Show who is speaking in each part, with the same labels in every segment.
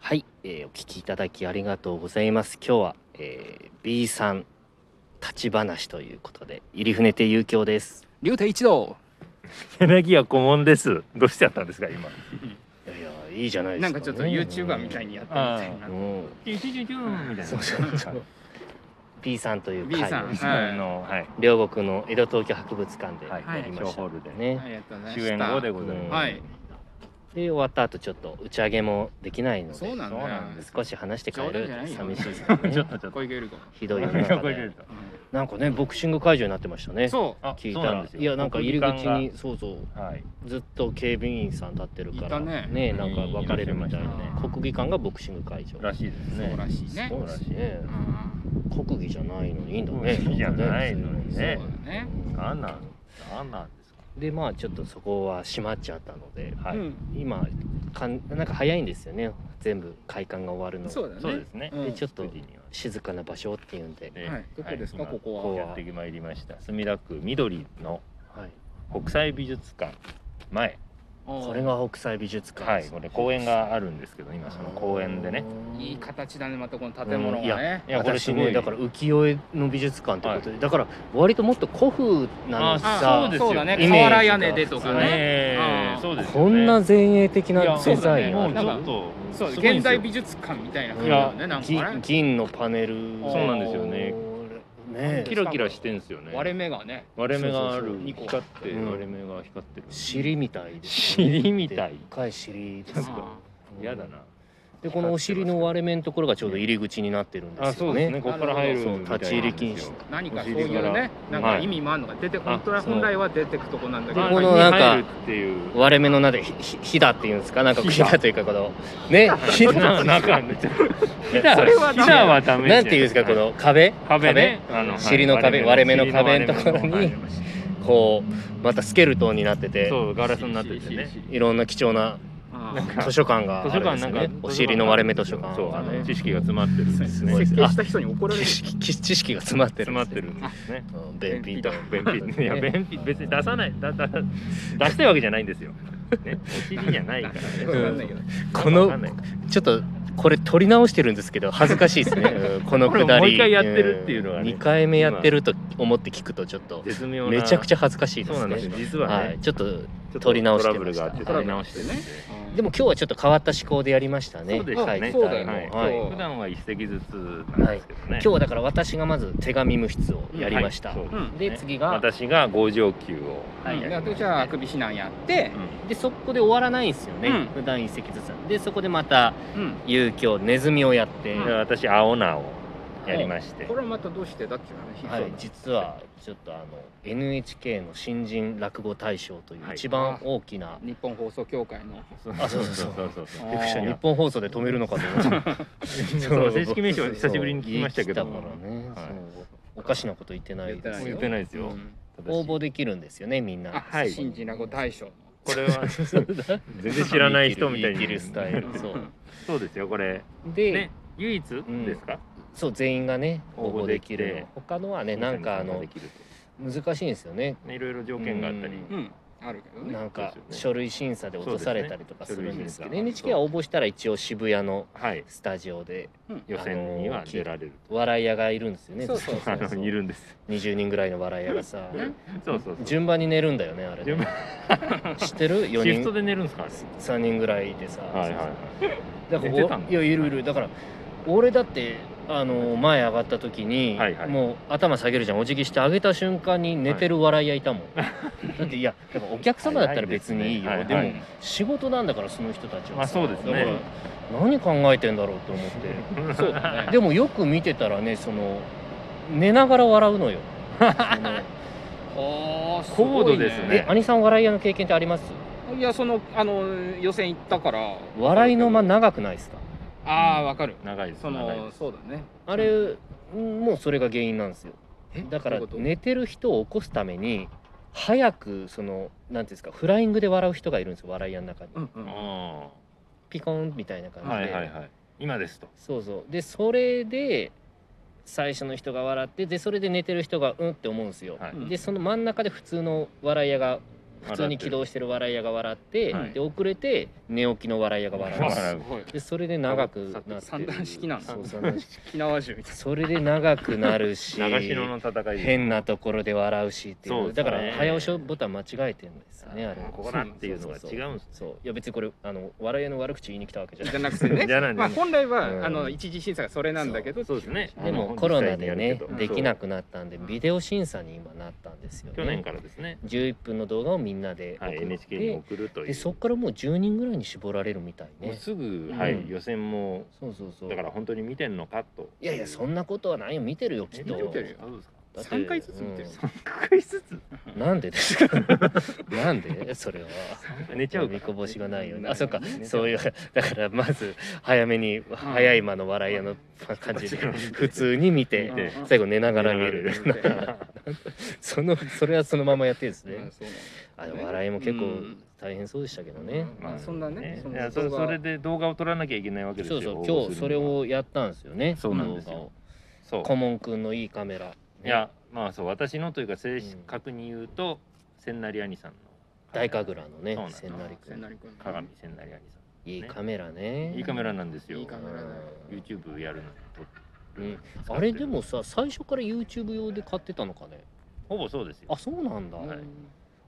Speaker 1: はい、えーお聞きいただきありがとうございます。今日は、えー、B さん立ち話ということで入船亭遊興です。
Speaker 2: 竜亭一同
Speaker 3: 柳家顧問です。どうしちゃったんですか今。
Speaker 1: いやいやいいじゃないで
Speaker 4: な
Speaker 1: す
Speaker 4: ん
Speaker 1: か、
Speaker 4: か
Speaker 1: ね。
Speaker 4: ちょっと YouTuber みたいにやってみた
Speaker 1: う
Speaker 4: いな。
Speaker 1: ん。
Speaker 3: 一時中みたいな。
Speaker 1: そうそうそう B さんという
Speaker 4: B
Speaker 1: 会
Speaker 4: さ
Speaker 1: を
Speaker 4: ん
Speaker 3: あのはい
Speaker 1: 両国の江戸東京博物館で
Speaker 3: はい
Speaker 4: はい
Speaker 1: やりま
Speaker 3: 小
Speaker 1: した、
Speaker 3: ホールでね。
Speaker 1: ね。
Speaker 4: ありがとうございま
Speaker 3: 終
Speaker 4: し
Speaker 3: 演
Speaker 4: た
Speaker 3: 後でございます。
Speaker 4: はい。
Speaker 1: で終わった後ちょっと打ち上げもできないの
Speaker 4: そ
Speaker 1: で
Speaker 4: うなん
Speaker 3: そう
Speaker 4: だよ
Speaker 3: な。んで
Speaker 1: 少し話して帰
Speaker 4: 冗談じゃな
Speaker 1: る
Speaker 4: いよ
Speaker 1: 寂しいですよ
Speaker 3: ちょ
Speaker 1: ね
Speaker 3: っ。とちょっと。
Speaker 4: 小池百合子。
Speaker 1: ひどい世の
Speaker 3: こ
Speaker 1: 中
Speaker 3: れこれ
Speaker 1: でなんかねボクシング会場になってましたね。
Speaker 4: そ
Speaker 3: あ
Speaker 1: 聞いたんですよ。いやなんか入り口に。そうそう
Speaker 3: そうなんですよ
Speaker 1: ずっと警備員さん立ってるから
Speaker 4: いたね
Speaker 1: なんか分かれるみたいなね
Speaker 4: うん
Speaker 1: 国技館がボクシング会場
Speaker 3: 国がはい。らしいです
Speaker 4: う。そう
Speaker 3: ね。
Speaker 4: らしいね
Speaker 1: そ。うらしいね
Speaker 4: うん
Speaker 1: 国技じゃないのにいいんだね
Speaker 3: 国技じゃないのに
Speaker 4: そうだ
Speaker 3: ね
Speaker 4: ね。
Speaker 3: なんなんなんなんです
Speaker 1: でまあちょっとそこは閉まっちゃったので
Speaker 3: か。は
Speaker 4: う
Speaker 3: い。
Speaker 4: ん
Speaker 1: 今かんなんか早いんですよね全部開館が終わるの
Speaker 4: そうだね。
Speaker 3: そうですね。
Speaker 4: うん
Speaker 1: でちょっと
Speaker 3: 9時には
Speaker 1: 静かな場所っていうんで、
Speaker 3: ね
Speaker 4: はいどこですか
Speaker 3: 今
Speaker 4: ここは
Speaker 1: ここは
Speaker 3: やってまいりました。墨田区緑の
Speaker 1: はい、
Speaker 3: 国際美術館前。
Speaker 1: これが北斎美術館
Speaker 3: は
Speaker 1: で
Speaker 3: い。
Speaker 1: す
Speaker 3: これ公園があるんですけど今その公園でね。
Speaker 4: いい形だねまたこの建物が
Speaker 1: うんいや
Speaker 4: ね。
Speaker 3: いやこれす
Speaker 1: 私
Speaker 3: ご
Speaker 1: ね
Speaker 3: い
Speaker 1: だから浮世絵の美術館ということで、だから割ともっと古風なの
Speaker 3: あ
Speaker 1: さ
Speaker 4: あ
Speaker 3: そうですよ
Speaker 4: そうだね。
Speaker 1: イメージが
Speaker 4: 瓦屋根でとかね。
Speaker 3: ね
Speaker 4: う。ん
Speaker 3: そうですよね。
Speaker 1: こんな前衛的
Speaker 3: い
Speaker 1: な
Speaker 3: や
Speaker 1: デザイン
Speaker 3: も
Speaker 1: あ
Speaker 3: う
Speaker 1: る
Speaker 3: ち
Speaker 4: なんか
Speaker 3: ょっと
Speaker 4: そう
Speaker 3: すごいん
Speaker 4: 現
Speaker 3: ですよ
Speaker 4: 代美術館みたいな
Speaker 1: うん
Speaker 4: 風だよね。なんかあ
Speaker 1: 銀
Speaker 4: れ
Speaker 1: 銀のパネル
Speaker 4: そう
Speaker 3: なんですよね
Speaker 1: ね
Speaker 3: キラキラしてんすよね。
Speaker 4: 割れ目がね。
Speaker 3: 割れ目があ
Speaker 1: そう
Speaker 3: る
Speaker 1: そう
Speaker 4: そう
Speaker 3: 光って
Speaker 1: うん
Speaker 3: 割れ目が光ってる。
Speaker 1: 尻みたいです
Speaker 3: 尻みたい
Speaker 1: でっかい尻です
Speaker 3: な
Speaker 1: よ
Speaker 3: んか
Speaker 1: うん
Speaker 3: やだな。
Speaker 1: でこのお尻の割れ目のところがちょうど入り口になってるんですよね
Speaker 3: あそうですね。ここから入る
Speaker 1: そう
Speaker 3: みたいなんですよ
Speaker 1: 立ち入り禁止
Speaker 4: 何か
Speaker 3: お
Speaker 4: そう
Speaker 3: 尻
Speaker 4: いうね
Speaker 3: か
Speaker 4: な
Speaker 3: ら
Speaker 4: んか意味もあるのが出て
Speaker 3: はい
Speaker 4: 本当は
Speaker 1: そう
Speaker 4: 本来は出てくとこなんだけ
Speaker 1: あ
Speaker 4: ど
Speaker 1: こ
Speaker 3: こ
Speaker 1: の
Speaker 3: の
Speaker 1: な
Speaker 3: なんん
Speaker 1: か
Speaker 3: か入るってい う。
Speaker 1: 割れ目の名でひひひだっていうんですかなんかひだというかこのねひだ
Speaker 3: なんか中めっちゃ。ひだ
Speaker 1: そ
Speaker 4: れはダメ
Speaker 3: ひだはダメじゃ。
Speaker 1: なんていうんですかこの壁
Speaker 3: 壁ね。あの
Speaker 1: 尻の壁割れ目の壁のところに
Speaker 3: はい
Speaker 1: こうまたスケルトンになってて
Speaker 3: そうガラスになっててね。
Speaker 1: いろんな貴重な
Speaker 4: なんか
Speaker 1: 図書館があ
Speaker 3: 図書
Speaker 1: るんで
Speaker 3: 館
Speaker 1: す
Speaker 3: な
Speaker 1: よね
Speaker 3: んか
Speaker 1: お尻の割れ目図書館
Speaker 3: そうあ
Speaker 4: う
Speaker 3: の
Speaker 4: ん
Speaker 3: 知識が詰まってるんですね。
Speaker 4: 設計した人に怒られる
Speaker 1: 知識知識が詰まってる
Speaker 3: 詰まってるんですね。
Speaker 1: うん便秘
Speaker 3: だ
Speaker 1: と
Speaker 3: 便秘いや便秘別に出さないだだ出したいわけじゃないんですよ。ねお尻じゃないから
Speaker 4: わかん
Speaker 3: ね。
Speaker 4: ないけど
Speaker 1: こ
Speaker 3: わか
Speaker 1: の
Speaker 3: んないから
Speaker 1: ちょっとこれ撮り直してるんですけど恥ずかしいですね うんこのくだり
Speaker 3: これもう一回やってるっていうのはね
Speaker 1: 2回目やってると思って聞くとちょっと
Speaker 3: 絶妙な。
Speaker 1: めちゃくちゃ恥ずかしいで
Speaker 3: そう
Speaker 1: す
Speaker 3: なんです
Speaker 1: ね
Speaker 3: よ。実は
Speaker 1: は
Speaker 3: ね
Speaker 1: い、。ちょっと
Speaker 3: ちょっと
Speaker 1: 撮り直して
Speaker 3: トラブルがあって
Speaker 1: ました
Speaker 3: 撮り直してね。
Speaker 4: うん
Speaker 1: でも今日はちょっと変わった思考でやりましたね。
Speaker 3: そうでしたね
Speaker 1: はい
Speaker 4: そうだよね
Speaker 1: はい
Speaker 4: そう
Speaker 3: 普段は一席ずつなんですけどね。
Speaker 1: 今日はだから私がまず手紙無筆をやりました。
Speaker 3: はいそう
Speaker 4: うん
Speaker 1: で
Speaker 3: ね
Speaker 1: 次が、
Speaker 3: 私が五条級を。
Speaker 1: はい
Speaker 4: で私はあくび指南やって
Speaker 1: でそこで終わらないんですよね。
Speaker 4: うん
Speaker 1: 普段一席ずつ。でそこでまた
Speaker 4: うん
Speaker 1: 遊興ネズミをやって、
Speaker 3: で
Speaker 4: う
Speaker 3: 私青菜をやりまして
Speaker 4: こ。れはまたどうしてだっけう
Speaker 1: は
Speaker 4: 話
Speaker 1: い実はちょっとあの NHK の新人落語大賞という
Speaker 3: はい
Speaker 1: 一番大きな、
Speaker 4: 日本放送協会の
Speaker 1: あそうそうそう
Speaker 3: そう
Speaker 4: あ
Speaker 1: びっくりした
Speaker 4: ー
Speaker 1: 日本放送で止めるのかと思って
Speaker 3: そう正式名称久しぶりに聞きましたけど
Speaker 1: そう言い切ったからね
Speaker 3: はい
Speaker 1: そうおかしなこと言ってないです
Speaker 3: 言
Speaker 1: よ
Speaker 3: ってないです
Speaker 4: う
Speaker 3: よ。
Speaker 4: ん
Speaker 1: 応募できるんですよねみん
Speaker 4: あ
Speaker 1: な
Speaker 3: はい
Speaker 4: 新人落語大賞
Speaker 3: これは全然知らない人みたい
Speaker 1: 言い
Speaker 3: に
Speaker 1: 切るスタイルそう
Speaker 3: そうですよこれ
Speaker 1: で、
Speaker 3: ね唯一
Speaker 1: ん
Speaker 3: ですか
Speaker 1: そう全員がね応
Speaker 3: 応
Speaker 1: 募
Speaker 3: 募
Speaker 1: で
Speaker 3: で
Speaker 1: き
Speaker 3: きて
Speaker 1: る他のはねなんかあの
Speaker 3: できる
Speaker 1: 難しいんですよね
Speaker 3: とねいろいろ条件があったり
Speaker 1: うん
Speaker 4: うんあるけどね
Speaker 1: なんか
Speaker 3: そうです
Speaker 1: 書
Speaker 3: よね
Speaker 1: 類審査で落とされたりとかす
Speaker 3: そう
Speaker 1: る
Speaker 3: ですね
Speaker 1: んですけど
Speaker 3: 書類審査
Speaker 1: NHK は応募したら一応渋谷の
Speaker 3: はい
Speaker 1: スタジオで
Speaker 3: 予選には出られる
Speaker 1: 笑い屋がいるんですよね
Speaker 4: そうそう
Speaker 3: と
Speaker 4: そ
Speaker 3: あ
Speaker 4: う
Speaker 1: そう
Speaker 3: のいるんです
Speaker 1: 20人ぐらいの笑い屋が さ
Speaker 3: そうそうそう
Speaker 1: 順番に寝るんだよねあれ
Speaker 3: 順
Speaker 1: ね
Speaker 3: 番
Speaker 1: 知ってる4
Speaker 3: シフト
Speaker 1: 人
Speaker 3: で寝るんですか
Speaker 1: 3人ぐらいでさ
Speaker 3: あれはいはいはい
Speaker 1: だから
Speaker 3: 寝てた
Speaker 1: お
Speaker 3: の
Speaker 1: いやいるいるだから俺だってあの前上がった時に、
Speaker 3: はいはい
Speaker 1: もう頭下げるじゃんお辞儀して上げた瞬間に寝てる笑い屋い たもん、だっていやだからお客様だったら別にいいよ、
Speaker 3: はいはい
Speaker 1: で
Speaker 3: はい
Speaker 1: も仕事なんだからその人たちは
Speaker 3: まあそうですね
Speaker 1: だから何考えてんだろうと思って
Speaker 4: そうだね
Speaker 1: でもよく見てたらねその寝ながら笑うのよあ の
Speaker 4: あー
Speaker 3: 高度です
Speaker 1: え
Speaker 3: ね
Speaker 1: 兄さん笑い屋の経験ってあります
Speaker 4: いやそのあの予選行ったから
Speaker 1: 笑いの間長くないですか
Speaker 4: ああわかる
Speaker 3: 長いです
Speaker 4: そ
Speaker 3: 長い
Speaker 4: の
Speaker 3: です
Speaker 4: そうだね
Speaker 1: あれもうそれが原因なんですよ
Speaker 4: え
Speaker 1: だから
Speaker 4: どういうこと
Speaker 1: 寝てる人を起こすために早くそのなんていうんですかフライングで笑う人がいるんですよ笑い屋の中に
Speaker 4: うんうん
Speaker 3: あ
Speaker 1: ピコンみたいな感
Speaker 3: ー
Speaker 1: じで、
Speaker 3: はいはいはい今ですと
Speaker 1: そうそうでそれで最初の人が笑ってでそれで寝てる人がうんって思うんですよ、
Speaker 3: はい
Speaker 4: うん
Speaker 1: でその真ん中で普通の笑い屋が普通に起動してる笑い屋が笑って、
Speaker 4: はい
Speaker 1: で遅れて寝起きの笑い屋が笑う
Speaker 3: わ
Speaker 4: あ
Speaker 3: 笑
Speaker 4: すごい
Speaker 1: でそれで長くなって
Speaker 4: 三段式なんだ
Speaker 1: そう三段式
Speaker 4: 沖縄銃みたい
Speaker 1: それで長くなるし
Speaker 3: 流し野の戦いです
Speaker 1: 変なところで笑うしってい
Speaker 3: そう
Speaker 1: う
Speaker 3: ですね
Speaker 1: だから早押しボタン間違えてるんですよねあれ
Speaker 3: ここだっていうのが違うんです
Speaker 1: そういや別にこれあの笑いの悪口言いに来たわけじゃ
Speaker 4: な
Speaker 1: ない
Speaker 4: じゃなくてね
Speaker 3: じゃない
Speaker 4: まあ本来は、
Speaker 1: うん
Speaker 4: あの一次審査がそれなんだけど
Speaker 3: そうですね
Speaker 1: で
Speaker 3: あ
Speaker 1: も
Speaker 3: の
Speaker 1: コロナで
Speaker 3: 実際にやる
Speaker 1: ね
Speaker 3: けど
Speaker 1: できなくなったんでビデオ審査に今なったんですよね
Speaker 3: 去年からですね、
Speaker 1: 11分の動画をみんなで送っ
Speaker 3: はい、
Speaker 1: て、
Speaker 3: NHK に送るという
Speaker 1: でそこからもう10人ぐらいに絞られるみたい
Speaker 3: もう
Speaker 1: ね
Speaker 3: すぐ、は
Speaker 1: う
Speaker 3: い、
Speaker 1: ん
Speaker 3: 予選も
Speaker 1: そうそうそう
Speaker 3: だから本当に見てんのかと
Speaker 1: いやいやそんなことはないよ見てるよきっと
Speaker 4: 見てるよ
Speaker 3: あそうですか
Speaker 1: だって
Speaker 4: 三回ずつ見てる
Speaker 1: う
Speaker 3: 1回ずつ
Speaker 1: んなんでですか なんでそれは
Speaker 3: 寝ちゃう
Speaker 1: 見こぼしがないよね
Speaker 4: うん
Speaker 1: あそっか
Speaker 4: 寝ちゃう
Speaker 1: そういうだからまず早めに早い間の笑い屋の感じで
Speaker 3: うん
Speaker 1: 普通に見て
Speaker 3: 見て
Speaker 1: 最後寝ながら見る
Speaker 4: 見 て
Speaker 1: そのそれはそのままやってるんです
Speaker 4: う
Speaker 1: ね
Speaker 4: んそうな
Speaker 1: あ
Speaker 4: んだ
Speaker 1: でも笑いも結構
Speaker 4: うん
Speaker 1: 大変そうでしたけどね
Speaker 4: まあそんなねそ
Speaker 3: い
Speaker 4: の
Speaker 3: やそ
Speaker 4: 動画
Speaker 3: それで動画を撮らなきゃいけないわけです
Speaker 1: そ
Speaker 3: よ
Speaker 1: うそう
Speaker 3: 応募
Speaker 1: 今日
Speaker 3: するには
Speaker 1: それをやったんですよね
Speaker 3: そうなんですよ
Speaker 1: 動画を
Speaker 3: そう
Speaker 1: 顧問くんのいいカメラね
Speaker 3: いやまあそう私のというか正確に言うと、千成兄さんの
Speaker 1: 大神楽のね
Speaker 3: そうなんだ
Speaker 1: 千成く
Speaker 4: 千
Speaker 1: ん
Speaker 4: 成君
Speaker 3: 鏡千成兄
Speaker 1: いいカメラね
Speaker 3: さんいいカメラなんですよ
Speaker 4: いいカメラだよ
Speaker 1: うん
Speaker 3: YouTube やるのと
Speaker 1: うんあれでもさ最初から YouTube 用で買ってたのかね
Speaker 3: ほぼそうですよ
Speaker 1: あそうなんだ、
Speaker 3: はい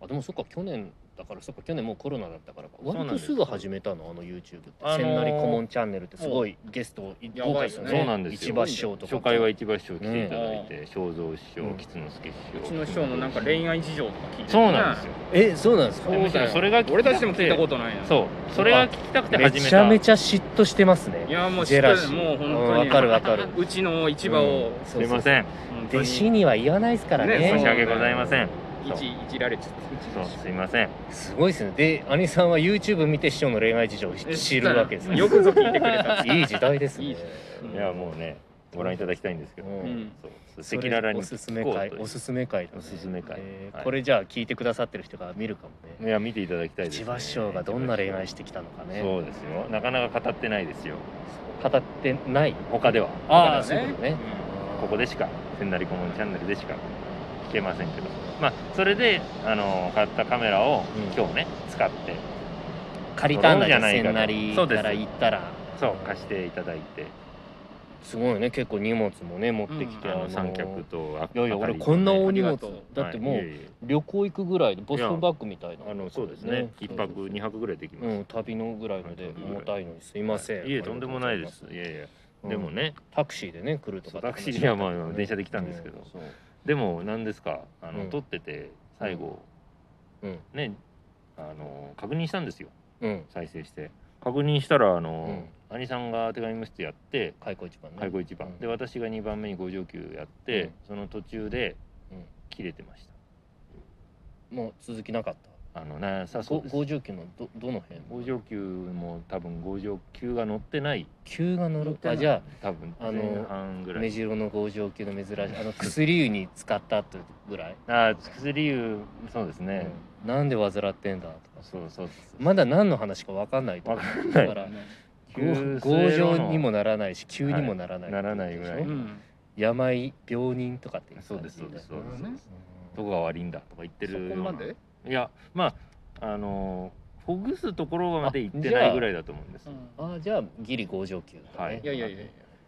Speaker 1: あでもそっか去年だからそっか去年もうコロナだったからか
Speaker 3: うなん
Speaker 1: 割
Speaker 3: です
Speaker 1: とすぐ始めたのあの YouTube って、
Speaker 3: あの
Speaker 1: 千
Speaker 3: ー
Speaker 1: 成顧問チャンネルってすごいゲスト
Speaker 4: やば
Speaker 1: 多か
Speaker 4: い
Speaker 1: ったですよね
Speaker 3: そうなんですよ
Speaker 1: 市場師匠とか
Speaker 3: 初回は市橋師匠来ていただいて、正蔵師匠、
Speaker 1: うん
Speaker 3: 吉之助師
Speaker 4: う
Speaker 3: 匠
Speaker 4: ちの師匠のなんか恋愛事情とか聞いて
Speaker 3: そうなんです
Speaker 4: よ
Speaker 3: よ
Speaker 1: えそうなんですか
Speaker 4: そう
Speaker 3: むし
Speaker 4: だ
Speaker 3: ろ
Speaker 4: よ
Speaker 3: それが聞きたくて
Speaker 4: 俺たちでも聞いたことないな
Speaker 3: そうそれが聞きたくて
Speaker 1: め
Speaker 3: 始めた
Speaker 1: ちゃめちゃ嫉妬してますね
Speaker 4: いやもう
Speaker 1: ジェラシー
Speaker 4: もう本
Speaker 1: うん
Speaker 4: 当に
Speaker 1: わかるわかる
Speaker 4: うちの市場を
Speaker 1: うん
Speaker 3: すいません
Speaker 4: 本当に
Speaker 1: 弟子には言わないですからね
Speaker 4: ね
Speaker 3: 申し訳ございません
Speaker 4: いじいじられちゃった
Speaker 3: そうすいません
Speaker 1: すごいですねで兄さんは YouTube 見て師匠の恋愛事情を
Speaker 4: え
Speaker 1: 知るわけですね
Speaker 4: よくぞ聞いてくれた
Speaker 1: いい時代ですね
Speaker 4: いい時
Speaker 3: いやもうねご覧いただきたいんですけど、
Speaker 1: うん
Speaker 3: そう
Speaker 1: それ
Speaker 3: 赤裸々に
Speaker 1: おすすめ
Speaker 3: 聞こうとい
Speaker 1: 会
Speaker 3: う
Speaker 1: おすすめ会だね
Speaker 3: おすすめ会
Speaker 1: えー
Speaker 3: はい
Speaker 1: これじゃあ聞いてくださってる人が見るかも
Speaker 3: い
Speaker 1: ね
Speaker 3: や見ていただきたいです、
Speaker 1: 千葉師匠がどんな恋愛
Speaker 3: し
Speaker 1: してきたのか
Speaker 3: て
Speaker 1: ね
Speaker 3: そうですよなかなか語ってないですよ
Speaker 1: 語ってない
Speaker 3: 他では
Speaker 1: ああ
Speaker 4: そ
Speaker 1: そうう
Speaker 4: だ
Speaker 1: だ
Speaker 4: ね
Speaker 1: ね
Speaker 3: ここでしか千成顧問チャンネルでしか聞けませんけどまあそれであの買ったカメラを
Speaker 1: うん
Speaker 3: 今日ね、使って
Speaker 1: 借りたんだ
Speaker 3: 撮ろうじ
Speaker 1: ね
Speaker 3: ゃないか
Speaker 1: 千成
Speaker 3: とそうで
Speaker 1: か
Speaker 3: す
Speaker 1: ら行ったら
Speaker 3: そう貸していただいて、
Speaker 1: すごいね結構荷物もね持ってきて
Speaker 4: うん
Speaker 3: あ
Speaker 1: あの
Speaker 3: の三脚とあ
Speaker 1: いやいや
Speaker 3: あた
Speaker 1: 俺
Speaker 3: りと
Speaker 1: こんな
Speaker 3: ね
Speaker 1: 大荷
Speaker 4: あ
Speaker 1: 物
Speaker 4: りがとう
Speaker 1: だっても
Speaker 3: は
Speaker 1: う
Speaker 3: いいえい
Speaker 1: 旅行行くぐらいでボストンバッグみたい
Speaker 3: え
Speaker 1: な
Speaker 3: あのそうですね一泊二
Speaker 1: 泊
Speaker 3: 泊ぐらいできます、
Speaker 1: うん旅のぐらいので
Speaker 3: うん
Speaker 1: 重たいのにすいません
Speaker 3: いえとんでもないですいやいやでもね
Speaker 1: タクシーでね来るとかって話
Speaker 3: タクシーにはまあ電車で来たんですけど
Speaker 1: うんそう
Speaker 3: でも何ですかあの、
Speaker 1: うん
Speaker 3: 撮ってて最後、
Speaker 1: うん
Speaker 3: ねあの確認したんですよ
Speaker 1: うん
Speaker 3: 再生して確認したらあ
Speaker 1: う
Speaker 3: の
Speaker 1: ん、
Speaker 3: 兄さんが手紙無視やって
Speaker 1: 開口一番ね
Speaker 3: 開口一番、
Speaker 1: うん
Speaker 3: で私が2番目に五条級やって、
Speaker 1: うん
Speaker 3: その途中で、
Speaker 1: うん
Speaker 3: 切れてまし
Speaker 1: もう続きなかった
Speaker 3: たあのなさそうです
Speaker 1: 五十九のどどの辺
Speaker 3: 五条級も多分五条級が乗ってない
Speaker 1: 九が乗
Speaker 4: 乗っ
Speaker 1: る
Speaker 4: てない
Speaker 1: あじゃ
Speaker 3: 多分
Speaker 1: あの
Speaker 3: 前半ぐ
Speaker 1: あ
Speaker 3: ら
Speaker 1: 目
Speaker 3: い
Speaker 1: 白の五条級の珍しいあの薬湯に使ったってぐらい、
Speaker 3: あ薬湯そうですね、
Speaker 1: うんなんで患ってんだとか
Speaker 3: そうそう
Speaker 1: まだ何の話か分かんないと
Speaker 3: わ
Speaker 1: 思う
Speaker 3: かんない
Speaker 1: だから
Speaker 3: 急
Speaker 1: 強
Speaker 3: 性
Speaker 1: 情
Speaker 3: の
Speaker 1: にもならないし急にもならない、
Speaker 3: はいならないぐらい
Speaker 4: うん
Speaker 1: 病病人とかってい感じ
Speaker 3: そうですそうです
Speaker 1: だよね
Speaker 4: そうですそうです
Speaker 3: どこが悪いんだとか言って
Speaker 4: そ
Speaker 3: る
Speaker 4: こ
Speaker 3: よう
Speaker 4: ま
Speaker 3: な
Speaker 4: で
Speaker 3: いやまああのーほぐすところまで行ってないぐらいだと思うんです
Speaker 1: あーじゃあギリ五条級だね、
Speaker 3: はい
Speaker 4: いやいやいやい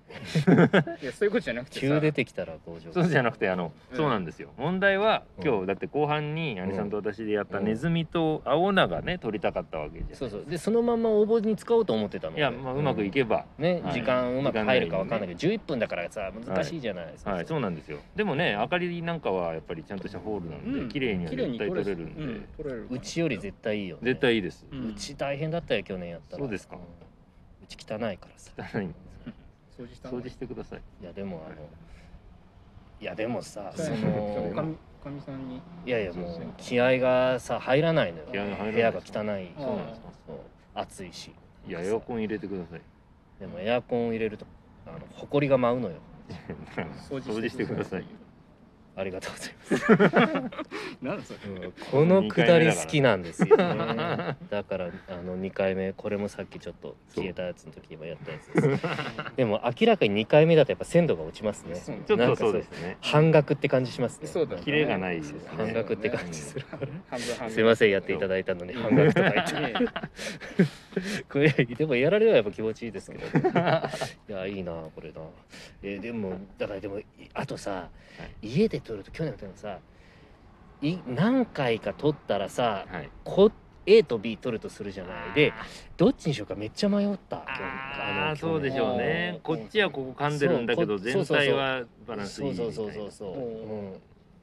Speaker 4: やいやそういうことじゃなくてさ
Speaker 1: 急出てきたら五条級
Speaker 3: そうじゃなくてあの、
Speaker 4: うん
Speaker 3: そうなんですよ問題は
Speaker 1: うん
Speaker 3: 今日だって後半に兄さんと私でやった
Speaker 1: うん
Speaker 3: ネズミと青菜がね取りたかったわけじゃん
Speaker 1: そうそうでそのまんま応募に使おうと思ってたの
Speaker 3: いや、まあ、うまくいけば、
Speaker 1: ね、
Speaker 3: はい
Speaker 1: 時間うまく入るかわかんないけど、11分だからさ
Speaker 3: い
Speaker 1: 難しいじゃないですか、
Speaker 3: はいそうなんですよでもね明かりなんかはやっぱりちゃんとしたホールなんで、
Speaker 4: うん
Speaker 3: 綺麗には
Speaker 4: 綺麗
Speaker 3: 絶
Speaker 4: に
Speaker 3: 対
Speaker 4: 撮
Speaker 3: 取
Speaker 4: れ
Speaker 3: れ
Speaker 4: る
Speaker 3: るんで、
Speaker 4: うん撮れる
Speaker 1: うちより絶対いいよ、ね、
Speaker 3: 絶対いいです、
Speaker 4: う
Speaker 1: うんち大変だったよ去年やったら
Speaker 3: そうですか
Speaker 1: んうち汚いからさ
Speaker 3: 汚いんで
Speaker 4: 掃除した
Speaker 3: 掃除してください
Speaker 1: いやでもあのいやでもさ
Speaker 4: そ
Speaker 1: そ
Speaker 4: のおか
Speaker 1: の
Speaker 4: みおかみさんに
Speaker 1: いやいやもう
Speaker 3: そうそう
Speaker 1: 気合がさ入らないの
Speaker 3: 気合が
Speaker 1: よ
Speaker 3: 入らない
Speaker 1: 部屋が汚い
Speaker 4: あー
Speaker 3: そうなんですよ
Speaker 1: そう暑いし
Speaker 3: いや
Speaker 1: なんか
Speaker 3: エ
Speaker 1: さ
Speaker 3: アコン入れてください
Speaker 1: でもエアコンを入れるとあの埃が舞うのよ
Speaker 4: 掃除
Speaker 3: 掃除してください
Speaker 1: ありがとうございます。
Speaker 4: な んだそれ
Speaker 1: うんこのくだり好きなんです よね。だからあの2回目これもさっきちょっと消えたやつの時にもやったやつです。でも明らかに2回目だとやっぱ鮮度が落ちますね。
Speaker 4: そう
Speaker 3: ちょっ
Speaker 1: なん
Speaker 3: と
Speaker 1: かそ
Speaker 3: そううですね。
Speaker 1: 半額って感じしますね。
Speaker 4: そうだね
Speaker 3: キレがないですね
Speaker 1: 半額って感じする。
Speaker 4: 半分半分
Speaker 1: すいませんやっていただいたのに半額とか言って。
Speaker 4: いえいえ
Speaker 1: これでもやられればやっぱ気持ちいいですけ ど、ね、いやいいなこれな、えーでもだからでもいあとさ、家で撮ると去年の時もさい何回か撮ったらさ
Speaker 3: はい。
Speaker 1: こ A と B 撮るとするじゃないでどっちにしようかめっちゃ迷った
Speaker 3: ああ
Speaker 1: の去
Speaker 3: そうでしょうね。こっちはここ噛んでるんだけど
Speaker 1: そうこ
Speaker 3: 全体はバランスいい
Speaker 1: そう
Speaker 3: みたい
Speaker 1: そ
Speaker 3: な。
Speaker 1: うそうそうそう、
Speaker 4: おー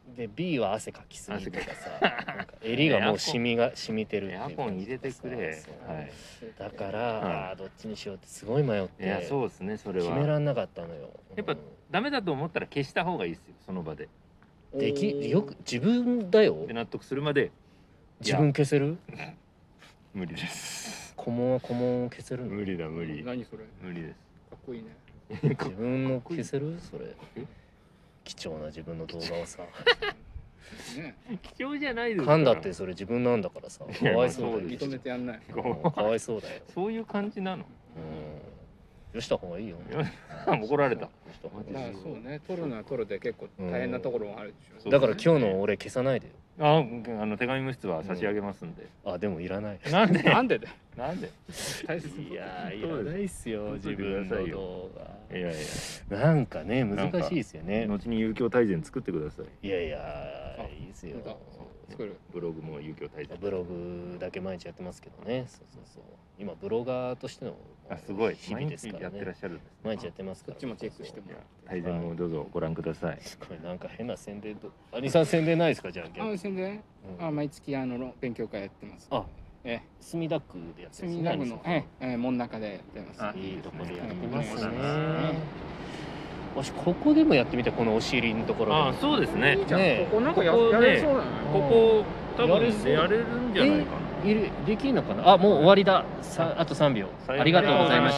Speaker 1: うん、で B は汗かきすぎとかさ
Speaker 3: 汗かき
Speaker 1: なんか襟がもう染みが染みてるってい
Speaker 3: エ
Speaker 1: う感
Speaker 3: ア
Speaker 1: じ
Speaker 3: コン入れてくれ
Speaker 1: そう。
Speaker 3: はい。
Speaker 1: だから、
Speaker 3: はい
Speaker 1: あーどっちにしようってすごい迷っ
Speaker 3: いや
Speaker 1: て
Speaker 3: そうですねそれ
Speaker 1: 決めら
Speaker 3: は。
Speaker 1: んなかったのよ。
Speaker 3: やっぱ
Speaker 1: う
Speaker 3: ダメだと思ったら消した方がいいですよその場で。
Speaker 1: んできよく自分だよ
Speaker 3: で納得するまで
Speaker 1: 自分消せる
Speaker 3: 無理です。
Speaker 1: 顧問は顧問を消せるの
Speaker 3: 無理だ無理
Speaker 4: 何それか
Speaker 3: 無理です。
Speaker 4: っこいいね
Speaker 1: 自分の消せるそれ
Speaker 3: え
Speaker 1: 貴重な自分の動画をさ
Speaker 4: ね
Speaker 3: 貴重じゃないですか
Speaker 1: 噛んだ
Speaker 3: ら。
Speaker 1: ってそれ自分なんだからさか
Speaker 3: や
Speaker 1: わい
Speaker 3: そ
Speaker 1: そううだよ
Speaker 3: です
Speaker 4: 認めてやんない
Speaker 1: うんかわいそうだよ
Speaker 3: そういう感じなの。
Speaker 1: うんよした方がいいよ
Speaker 3: いや 怒られた
Speaker 1: よした方がいい
Speaker 4: まあ
Speaker 1: よ
Speaker 4: そうね取るのは取るで結構大変なところもあるでしょ
Speaker 3: うん
Speaker 1: だから今日の俺消さないでよ
Speaker 3: ああの手紙無質は差し上げますんで。
Speaker 1: あでもいら ない
Speaker 3: なんで
Speaker 4: なんでだよ
Speaker 3: なんで。
Speaker 4: 大切
Speaker 1: いや
Speaker 3: ー
Speaker 1: い
Speaker 3: いら
Speaker 1: らな
Speaker 3: ない
Speaker 1: っすよ自
Speaker 3: 自
Speaker 1: 分
Speaker 3: 分
Speaker 1: の
Speaker 3: の
Speaker 1: 動
Speaker 3: 動
Speaker 1: 画
Speaker 3: いやいや。
Speaker 1: なんかね難しいですよね
Speaker 3: 後に遊興大全作ってください
Speaker 1: いやいや
Speaker 4: あ
Speaker 1: いいですよ
Speaker 4: 本当作る
Speaker 3: ブログも遊興大全
Speaker 1: ブログだけ毎日やってますけどねそうそうそう今ブロガーとしての
Speaker 3: あすごい
Speaker 1: 日々
Speaker 3: 毎
Speaker 1: です
Speaker 3: 日
Speaker 1: か
Speaker 3: や
Speaker 1: ら
Speaker 3: ってら
Speaker 1: ね
Speaker 3: っしゃるんですね
Speaker 1: 毎日やってますか
Speaker 4: こ
Speaker 1: ら
Speaker 4: っちもチェックしても
Speaker 3: い
Speaker 4: ら
Speaker 3: や
Speaker 4: って
Speaker 3: 大全もどうぞご覧ください
Speaker 1: すごいなんか変な宣伝と兄さん宣伝ないですかじゃあ逆
Speaker 4: あ
Speaker 1: に、
Speaker 4: 全然
Speaker 1: うん
Speaker 4: あ毎月あの勉強会やってます
Speaker 1: あ
Speaker 4: ええ
Speaker 1: 墨田区でやってるんです
Speaker 4: 墨
Speaker 1: ね
Speaker 4: 田区の
Speaker 1: 兄さん
Speaker 4: ええええ門中でやってます
Speaker 3: あ
Speaker 1: いいとこでやってます
Speaker 4: いいです
Speaker 1: ね
Speaker 4: ね
Speaker 1: わしここでもやってみてこのお尻のところで
Speaker 3: あそうですね
Speaker 1: じゃんねえ
Speaker 4: ここなんかや
Speaker 3: ここね
Speaker 4: やれそうだね
Speaker 1: こ
Speaker 3: ここ
Speaker 1: 多分
Speaker 3: 多
Speaker 1: や
Speaker 3: 分
Speaker 1: れそう
Speaker 3: やれるんじゃないかない
Speaker 1: るできるのかなあもう終わりださあと3秒
Speaker 3: さよなら
Speaker 1: ありがとうございました